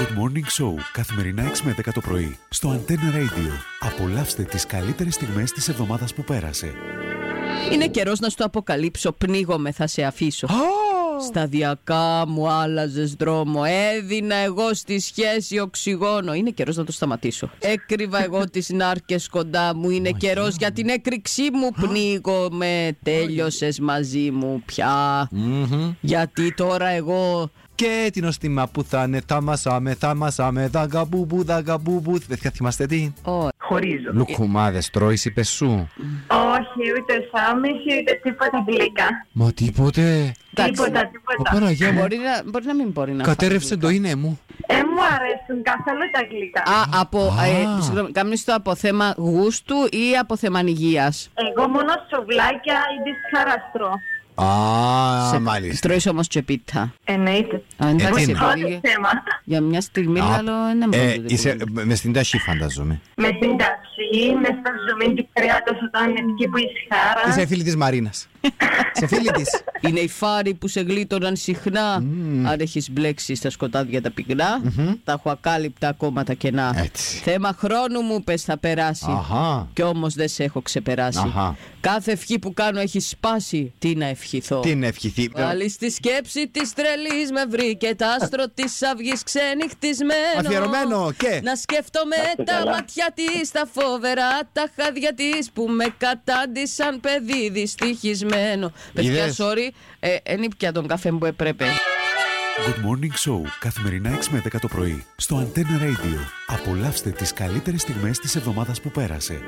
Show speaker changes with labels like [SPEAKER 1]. [SPEAKER 1] Good Morning Show, καθημερινά 6 με 10 το πρωί, στο Antenna Radio. Απολαύστε τις καλύτερες στιγμές της εβδομάδας που πέρασε.
[SPEAKER 2] Είναι καιρός να σου το αποκαλύψω. Πνίγομαι, θα σε αφήσω. Σταδιακά μου άλλαζες δρόμο. Έδινα εγώ στη σχέση οξυγόνο. Είναι καιρός να το σταματήσω. Έκρυβα εγώ τις νάρκες κοντά μου. Είναι καιρό για την έκρηξή μου. Πνίγομαι. Τέλειωσες μαζί μου πια. Γιατί τώρα εγώ.
[SPEAKER 3] Και την οστιμά που θα είναι, θα μασάμε, θα μασάμε, δαγκαμπούμπου, δαγκαμπούμπου. Δεν θα θυμάστε τι.
[SPEAKER 2] Ω,
[SPEAKER 4] Χωρίζω.
[SPEAKER 3] Λουκουμάδες, τρώεις, είπες σου.
[SPEAKER 4] Όχι, ούτε σάμιση, ούτε τίποτα γλυκά.
[SPEAKER 3] Μα τίποτε.
[SPEAKER 2] εντάξει.
[SPEAKER 4] Τίποτα, τίποτα.
[SPEAKER 3] Ω, Παναγία μου,
[SPEAKER 2] Μπορεί να, μπορεί να μην μπορεί να.
[SPEAKER 3] κατέρευσε
[SPEAKER 2] φάει.
[SPEAKER 3] το είναι μου.
[SPEAKER 4] Δεν Ε, μου αρέσουν καθόλου τα γλυκά.
[SPEAKER 2] Α, από.
[SPEAKER 3] Α.
[SPEAKER 2] Ε, συγγνώμη, κάνεις το από θέμα γούστου ή από θέμα υγείας.
[SPEAKER 4] Εγώ μόνο σουβλάκια ή δυσχαραστρό.
[SPEAKER 3] Α, μάλιστα.
[SPEAKER 2] Τρώεις όμως τσεπίτα.
[SPEAKER 4] Εννοείται.
[SPEAKER 2] Α, Εντάξει,
[SPEAKER 3] Έτσι Ε, είναι.
[SPEAKER 2] μπορεί.
[SPEAKER 4] Πρώτο θέμα.
[SPEAKER 2] Για μια στιγμή,
[SPEAKER 3] Α,
[SPEAKER 2] άλλο ένα
[SPEAKER 3] ε,
[SPEAKER 2] μόνο.
[SPEAKER 3] είσαι με στην τάση φανταζομαι.
[SPEAKER 4] Με την ταψή, με στα ζωμή του κρέατος όταν είναι εκεί που η σχάρα.
[SPEAKER 3] Είσαι φίλη της Μαρίνας. Σε φίλη της.
[SPEAKER 2] Είναι οι φάροι που σε γλίτωναν συχνά. Αν έχεις μπλέξει στα σκοτάδια τα πυκνα τα έχω ακάλυπτα ακόμα τα κενά.
[SPEAKER 3] Έτσι.
[SPEAKER 2] Θέμα χρόνου μου πες θα περάσει.
[SPEAKER 3] Αχα.
[SPEAKER 2] Κι όμως δεν σε έχω ξεπεράσει.
[SPEAKER 3] Αχα.
[SPEAKER 2] Κάθε ευχή που κάνω έχει σπάσει. Τι να ευχηθώ.
[SPEAKER 3] Τι να ευχηθεί.
[SPEAKER 2] Πάλι στη σκέψη της τρελής με βρήκε τ' άστρο της αυγής ξενυχτισμένο.
[SPEAKER 3] Αφιερωμένο και-
[SPEAKER 2] Να σκέφτομαι τα ματιά της, τα φοβερά τα χάδια της που με κατάντησαν παιδί δυστυχισμένο. Παιδιά,
[SPEAKER 3] Είδες?
[SPEAKER 2] sorry, ε, εν ήπια τον καφέ που έπρεπε.
[SPEAKER 1] Good Morning Show, καθημερινά 6 με 10 το πρωί, στο Antenna Radio. Απολαύστε τις καλύτερες στιγμές της εβδομάδας που πέρασε.